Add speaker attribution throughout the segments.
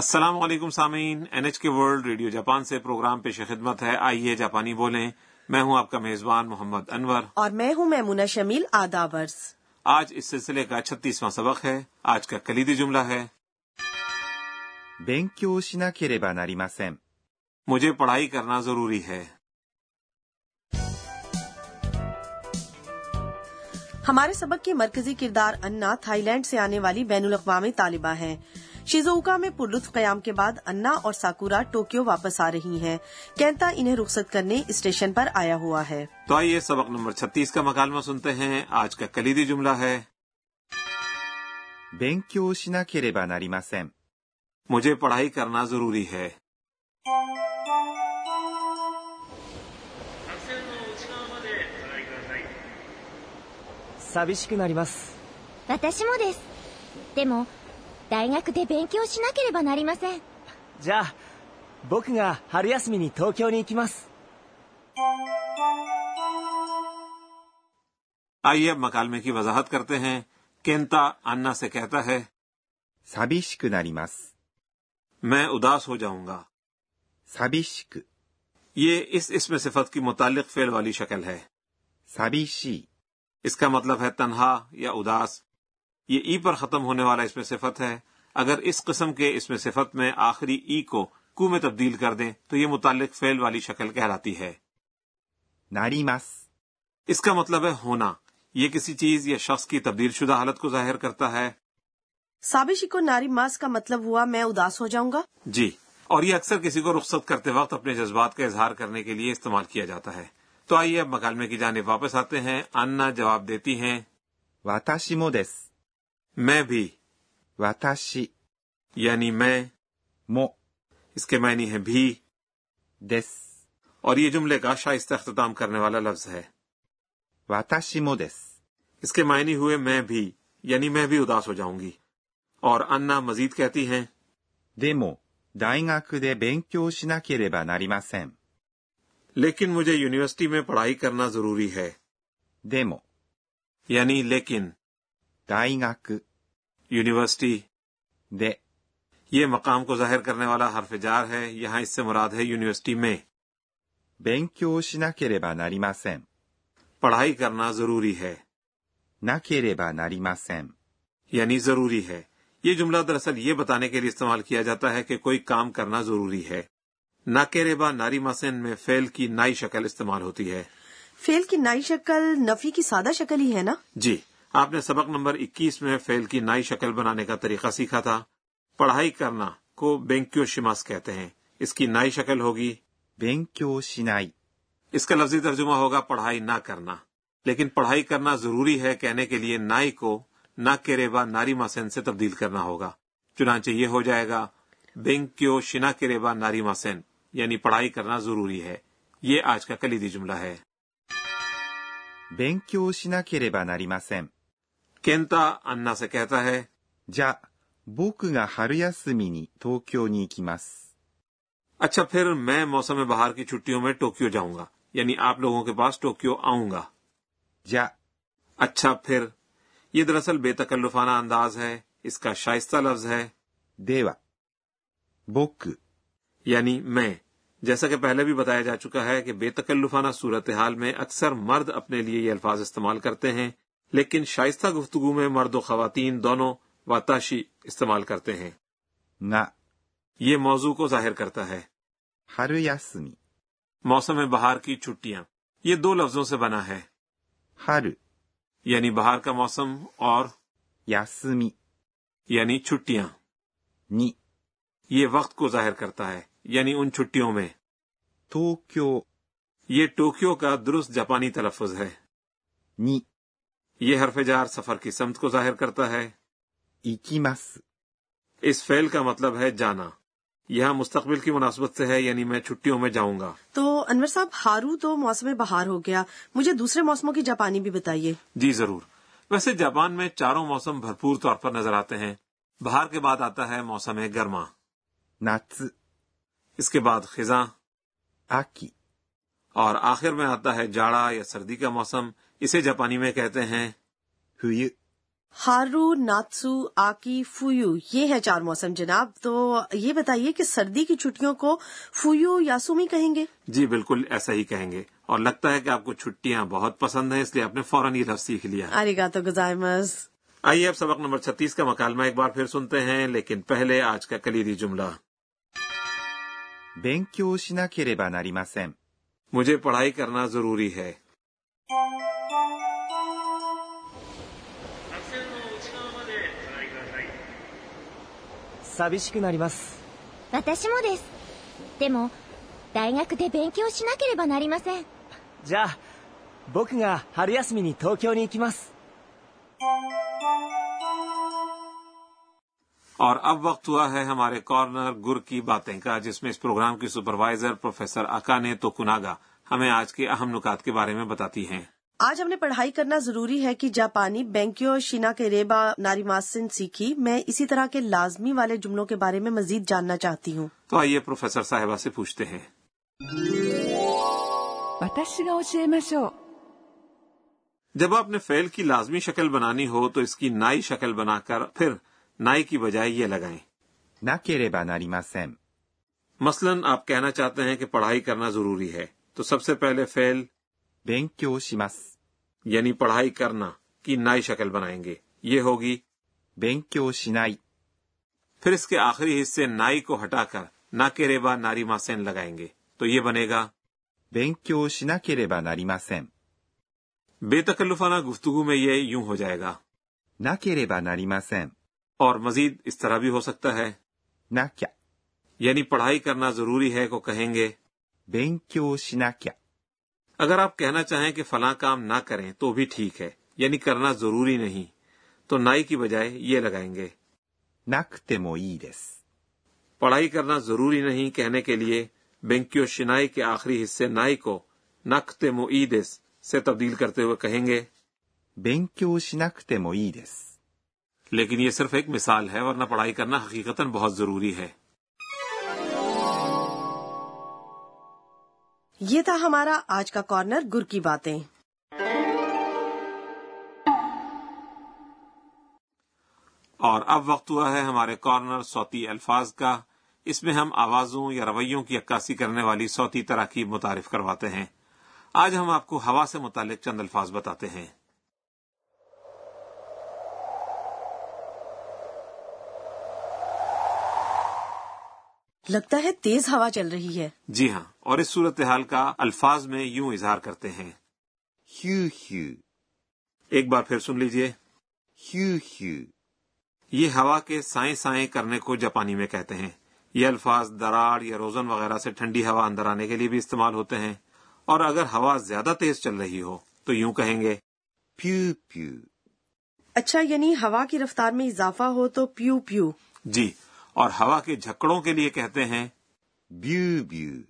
Speaker 1: السلام علیکم سامعین N H K World Radio Japan سے پروگرام پیش خدمت ہے آئیے جاپانی بولیں میں ہوں آپ کا میزبان محمد انور
Speaker 2: اور میں ہوں میمونہ شمیل آدابرس
Speaker 1: آج اس سلسلے کا چھتیسواں سبق ہے آج کا کلیدی جملہ ہے
Speaker 3: 勉強しなければなりません。
Speaker 1: مجھے پڑھائی کرنا ضروری ہے
Speaker 2: ہمارے سبق کی مرکزی کردار انا تھائی لینڈ سے آنے والی بین الاقوامی طالبہ ہیں شیزوکا میں پرلطف قیام کے بعد انا اور ساکورا ٹوکیو واپس آ رہی ہیں کینتا انہیں رخصت کرنے اسٹیشن پر آیا ہوا ہے
Speaker 1: تو آئیے سبق نمبر چھتیس کا مکالمہ سنتے ہیں آج کا کلیدی جملہ ہے
Speaker 3: 勉強しなければなりません。
Speaker 1: مجھے پڑھائی کرنا ضروری ہے
Speaker 4: 寂しくなります
Speaker 5: 私もですでも大学で勉強しなければなりません
Speaker 4: じゃあ僕が春休みに東京に行きます
Speaker 1: آئیے اب مکالمے کی وضاحت کرتے ہیں کینتا انا سے کہتا ہے
Speaker 3: 寂しくなります。
Speaker 1: میں اداس ہو جاؤں گا
Speaker 3: 寂しく、
Speaker 1: یہ اس اسم صفت کی متعلق فعل والی شکل ہے
Speaker 3: 寂しい、
Speaker 1: اس کا مطلب ہے تنہا یا اداس یہ ای پر ختم ہونے والا اس میں صفت ہے اگر اس قسم کے اس میں صفت میں آخری ای کو کو میں تبدیل کر دیں تو یہ متعلق فعل والی شکل کہلاتی ہے
Speaker 3: なります。
Speaker 1: اس کا مطلب ہے ہونا یہ کسی چیز یا شخص کی تبدیل شدہ حالت کو ظاہر کرتا ہے
Speaker 2: سابشیکو ناری ماس کا مطلب ہوا میں اداس ہو جاؤں گا
Speaker 1: جی اور یہ اکثر کسی کو رخصت کرتے وقت اپنے جذبات کا اظہار کرنے کے لیے استعمال کیا جاتا ہے تو آئیے اب مکالمے کی جانب واپس آتے ہیں انا جواب دیتی ہیں
Speaker 3: 私もです。
Speaker 1: میں بھی
Speaker 3: 私
Speaker 1: یعنی میں
Speaker 3: も
Speaker 1: اس کے معنی ہے بھی
Speaker 3: です。
Speaker 1: اور یہ جملے کا شائستہ اختتام کرنے والا لفظ ہے
Speaker 3: 私もです。
Speaker 1: اس کے معنی ہوئے میں بھی یعنی میں بھی اداس ہو جاؤں گی اور انا مزید کہتی ہیں
Speaker 3: でも、大学で勉強しなければなりません。
Speaker 1: لیکن مجھے یونیورسٹی میں پڑھائی کرنا ضروری ہے
Speaker 3: でも、
Speaker 1: یعنی لیکن
Speaker 3: 大学
Speaker 1: یونیورسٹی
Speaker 3: で
Speaker 1: یہ مقام کو ظاہر کرنے والا حرف جار ہے یہاں اس سے مراد ہے یونیورسٹی میں
Speaker 3: 勉強しなければなりません。
Speaker 1: پڑھائی کرنا ضروری ہے
Speaker 3: なければなりません。
Speaker 1: یعنی ضروری ہے یہ جملہ دراصل یہ بتانے کے لیے استعمال کیا جاتا ہے کہ کوئی کام کرنا ضروری ہے ناکیربا ناری مسین میں فعل کی نائی شکل استعمال ہوتی ہے
Speaker 2: فیل کی نئی شکل نفی کی سادہ شکل ہی ہے نا
Speaker 1: جی آپ نے سبق نمبر اکیس میں فعل کی نئی شکل بنانے کا طریقہ سیکھا تھا پڑھائی کرنا کو بینکیو شماس کہتے ہیں اس کی نئی شکل ہوگی
Speaker 3: 勉強しない、
Speaker 1: اس کا لفظی ترجمہ ہوگا پڑھائی نہ کرنا لیکن پڑھائی کرنا ضروری ہے کہنے کے لیے نائی کو نہ کریبا ناری ماسین سے تبدیل کرنا ہوگا چنانچہ یہ ہو جائے گا بینکیو شنا کریبا ناری ماسین یعنی پڑھائی کرنا ضروری ہے یہ آج کا کلیدی جملہ ہے
Speaker 3: 勉強しなければなりません。
Speaker 1: کینتا انا سے کہتا ہے
Speaker 3: じゃあ、僕が春休みに東京に行きます。
Speaker 1: اچھا پھر میں موسم بہار کی چھٹیوں میں ٹوکیو جاؤں گا یعنی آپ لوگوں کے پاس ٹوکیو آؤں گا
Speaker 3: じゃあ、
Speaker 1: اچھا پھر یہ دراصل بے تکلفانہ انداز ہے اس کا شائستہ لفظ ہے
Speaker 3: では、僕
Speaker 1: یعنی میں جیسا کہ پہلے بھی بتایا جا چکا ہے کہ بے تکلفانہ صورتحال میں اکثر مرد اپنے لیے یہ الفاظ استعمال کرتے ہیں لیکن شائستہ گفتگو میں مرد و خواتین دونوں واتاشی استعمال کرتے ہیں
Speaker 3: が
Speaker 1: یہ موضوع کو ظاہر کرتا ہے
Speaker 3: 春休み、
Speaker 1: موسم بہار کی چھٹیاں یہ دو لفظوں سے بنا ہے
Speaker 3: 春、
Speaker 1: یعنی بہار کا موسم اور
Speaker 3: 休み
Speaker 1: یعنی چھٹیاں
Speaker 3: に、
Speaker 1: یہ وقت کو ظاہر کرتا ہے یعنی ان چھٹیوں میں
Speaker 3: 東京
Speaker 1: یہ ٹوکیو کا درست جاپانی تلفظ ہے
Speaker 3: に
Speaker 1: یہ حرف جار سفر کی سمت کو ظاہر کرتا ہے
Speaker 3: 行きます。
Speaker 1: اس فعل کا مطلب ہے جانا یہاں مستقبل کی مناسبت سے ہے یعنی میں چھٹیوں میں جاؤں گا
Speaker 2: تو انور صاحب ہارو تو موسم بہار ہو گیا مجھے دوسرے موسموں کی جاپانی بھی بتائیے
Speaker 1: جی ضرور ویسے جاپان میں چاروں موسم بھرپور طور پر نظر آتے ہیں بہار کے بعد آتا ہے موسم گرما
Speaker 3: 夏、
Speaker 1: اس کے بعد خزاں
Speaker 3: 秋、
Speaker 1: اور آخر میں آتا ہے جاڑا یا سردی کا موسم اسے جاپانی میں کہتے ہیں
Speaker 3: 冬、
Speaker 2: ہارو ناتسو آکی فویو یہ ہے چار موسم جناب تو یہ بتائیے کہ سردی کی چھٹیوں کو فویو یا سومی کہیں گے
Speaker 1: جی بالکل ایسا ہی کہیں گے اور لگتا ہے کہ آپ کو چھٹیاں بہت پسند ہیں اس لیے آپ نے فوراً یہ لفظ سیکھ لیا
Speaker 2: آری گا تو گزائمز
Speaker 1: آئیے اب سبق نمبر چھتیس کا مکالمہ ایک بار پھر سنتے ہیں لیکن پہلے آج کا کلیدی جملہ
Speaker 3: 勉強しなければなりません。
Speaker 1: مجھے پڑھائی کرنا ضروری ہے
Speaker 4: 寂しくなります
Speaker 5: 私もですでも大学で勉強しなければなりません
Speaker 4: じゃあ僕が春休みに東京に行きます
Speaker 1: اور اب وقت ہوا ہے ہمارے کارنر گر کی باتیں کا جس میں اس پروگرام کی سپروائزر پروفیسر اکا نے تو کناگا ہمیں آج کے اہم نکات کے بارے میں بتاتی ہیں
Speaker 2: آج ہم نے پڑھائی کرنا ضروری ہے کہ جاپانی بینکیو شینا کے ریبا ناری ماسن سیکھی میں اسی طرح کے لازمی والے جملوں کے بارے میں مزید جاننا چاہتی ہوں
Speaker 1: تو آئیے پروفیسر صاحبہ سے پوچھتے ہیں
Speaker 6: 私が教えましょう
Speaker 1: جب آپ نے فعل کی لازمی شکل بنانی ہو تو اس کی نائی شکل بنا کر پھر نائی کی بجائے یہ لگائیں
Speaker 3: なければなりません。
Speaker 1: مثلا آپ کہنا چاہتے ہیں کہ پڑھائی کرنا ضروری ہے تو سب سے پہلے فعل
Speaker 3: 勉強します。
Speaker 1: یعنی پڑھائی کرنا کی نائی شکل بنائیں گے یہ ہوگی
Speaker 3: 勉強しない。
Speaker 1: پھر اس کے آخری حصے نائی کو ہٹا کر نا کے ریبا ناری ماسین لگائیں گے تو یہ بنے گا
Speaker 3: 勉強しなければなりません。
Speaker 1: بے تکلفانہ گفتگو میں یہ یوں ہو جائے گا
Speaker 3: なければなりません。
Speaker 1: اور مزید اس طرح بھی ہو سکتا ہے
Speaker 3: なきゃ。
Speaker 1: یعنی پڑھائی کرنا ضروری ہے کو کہیں گے
Speaker 3: 勉強しなきゃ。
Speaker 1: اگر آپ کہنا چاہیں کہ فلاں کام نہ کریں تو بھی ٹھیک ہے یعنی کرنا ضروری نہیں تو نائی کی بجائے یہ لگائیں گے
Speaker 3: なくてもいいです。
Speaker 1: پڑھائی کرنا ضروری نہیں کہنے کے لیے بینکیو شنائی کے آخری حصے نائی کو نقت معیدس سے تبدیل کرتے ہوئے کہیں گے
Speaker 3: 勉強しなくてもいいです。
Speaker 1: لیکن یہ صرف ایک مثال ہے ورنہ پڑھائی کرنا حقیقتا بہت ضروری ہے
Speaker 2: یہ تھا ہمارا آج کا کارنر گر کی باتیں
Speaker 1: اور اب وقت ہوا ہے ہمارے کارنر صوتی الفاظ کا اس میں ہم آوازوں یا رویوں کی عکاسی کرنے والی صوتی تراکیب متعارف کرواتے ہیں آج ہم آپ کو ہوا سے متعلق چند الفاظ بتاتے ہیں
Speaker 2: لگتا ہے تیز ہوا چل رہی ہے
Speaker 1: جی ہاں اور اس صورتحال کا الفاظ میں یوں اظہار کرتے ہیں
Speaker 3: ヒューヒュー、
Speaker 1: ایک بار پھر سن لیجئے
Speaker 3: ヒューヒュー、
Speaker 1: یہ ہوا کے سائیں سائیں کرنے کو جاپانی میں کہتے ہیں یہ الفاظ دراڑ یا روزن وغیرہ سے ٹھنڈی ہوا اندر آنے کے لیے بھی استعمال ہوتے ہیں اور اگر ہوا زیادہ تیز چل رہی ہو تو یوں کہیں گے
Speaker 3: ピューピュー、
Speaker 2: اچھا یعنی ہوا کی رفتار میں اضافہ ہو تو پیو پیو
Speaker 1: جی اور ہوا کے جھکڑوں کے لیے کہتے ہیں
Speaker 3: ビュービュー、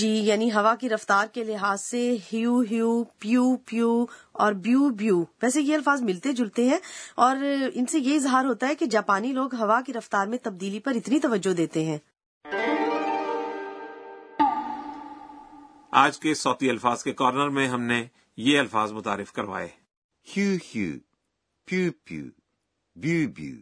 Speaker 2: جی یعنی ہوا کی رفتار کے لحاظ سے ہیو ہیو پیو پیو اور بیو بیو ویسے یہ الفاظ ملتے جلتے ہیں اور ان سے یہ اظہار ہوتا ہے کہ جاپانی لوگ ہوا کی رفتار میں تبدیلی پر اتنی توجہ دیتے ہیں
Speaker 1: آج کے صوتی الفاظ کے کارنر میں ہم نے یہ الفاظ متعارف کروائے
Speaker 3: ヒューヒュー、ピューピュー、ビュービュー。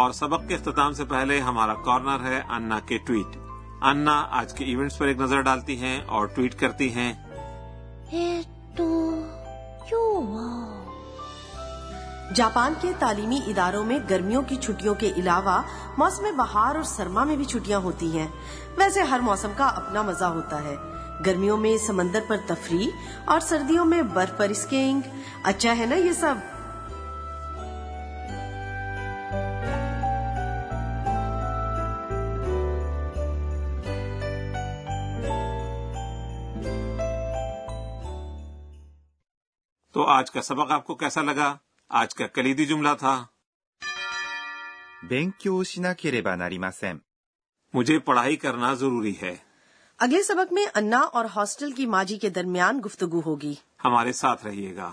Speaker 1: اور سبق کے اختتام سے پہلے ہمارا کارنر ہے انا کے ٹویٹ انا آج کے ایونٹس پر ایک نظر ڈالتی ہیں اور ٹویٹ کرتی ہیں
Speaker 5: えーっと今日は
Speaker 2: جاپان کے تعلیمی اداروں میں گرمیوں کی چھٹیوں کے علاوہ موسم بہار اور سرما میں بھی چھٹیاں ہوتی ہیں ویسے ہر موسم کا اپنا مزہ ہوتا ہے گرمیوں میں سمندر پر تفریح اور سردیوں میں برف پر اسکیئنگ اچھا ہے نا یہ سب
Speaker 1: تو آج کا سبق آپ کو کیسا لگا آج کا کلیدی جملہ تھا
Speaker 3: 勉強しなければなりません。
Speaker 1: مجھے پڑھائی کرنا ضروری ہے
Speaker 2: اگلے سبق میں انا اور ہاسٹل کی ماجی کے درمیان گفتگو ہوگی
Speaker 1: ہمارے ساتھ رہیے گا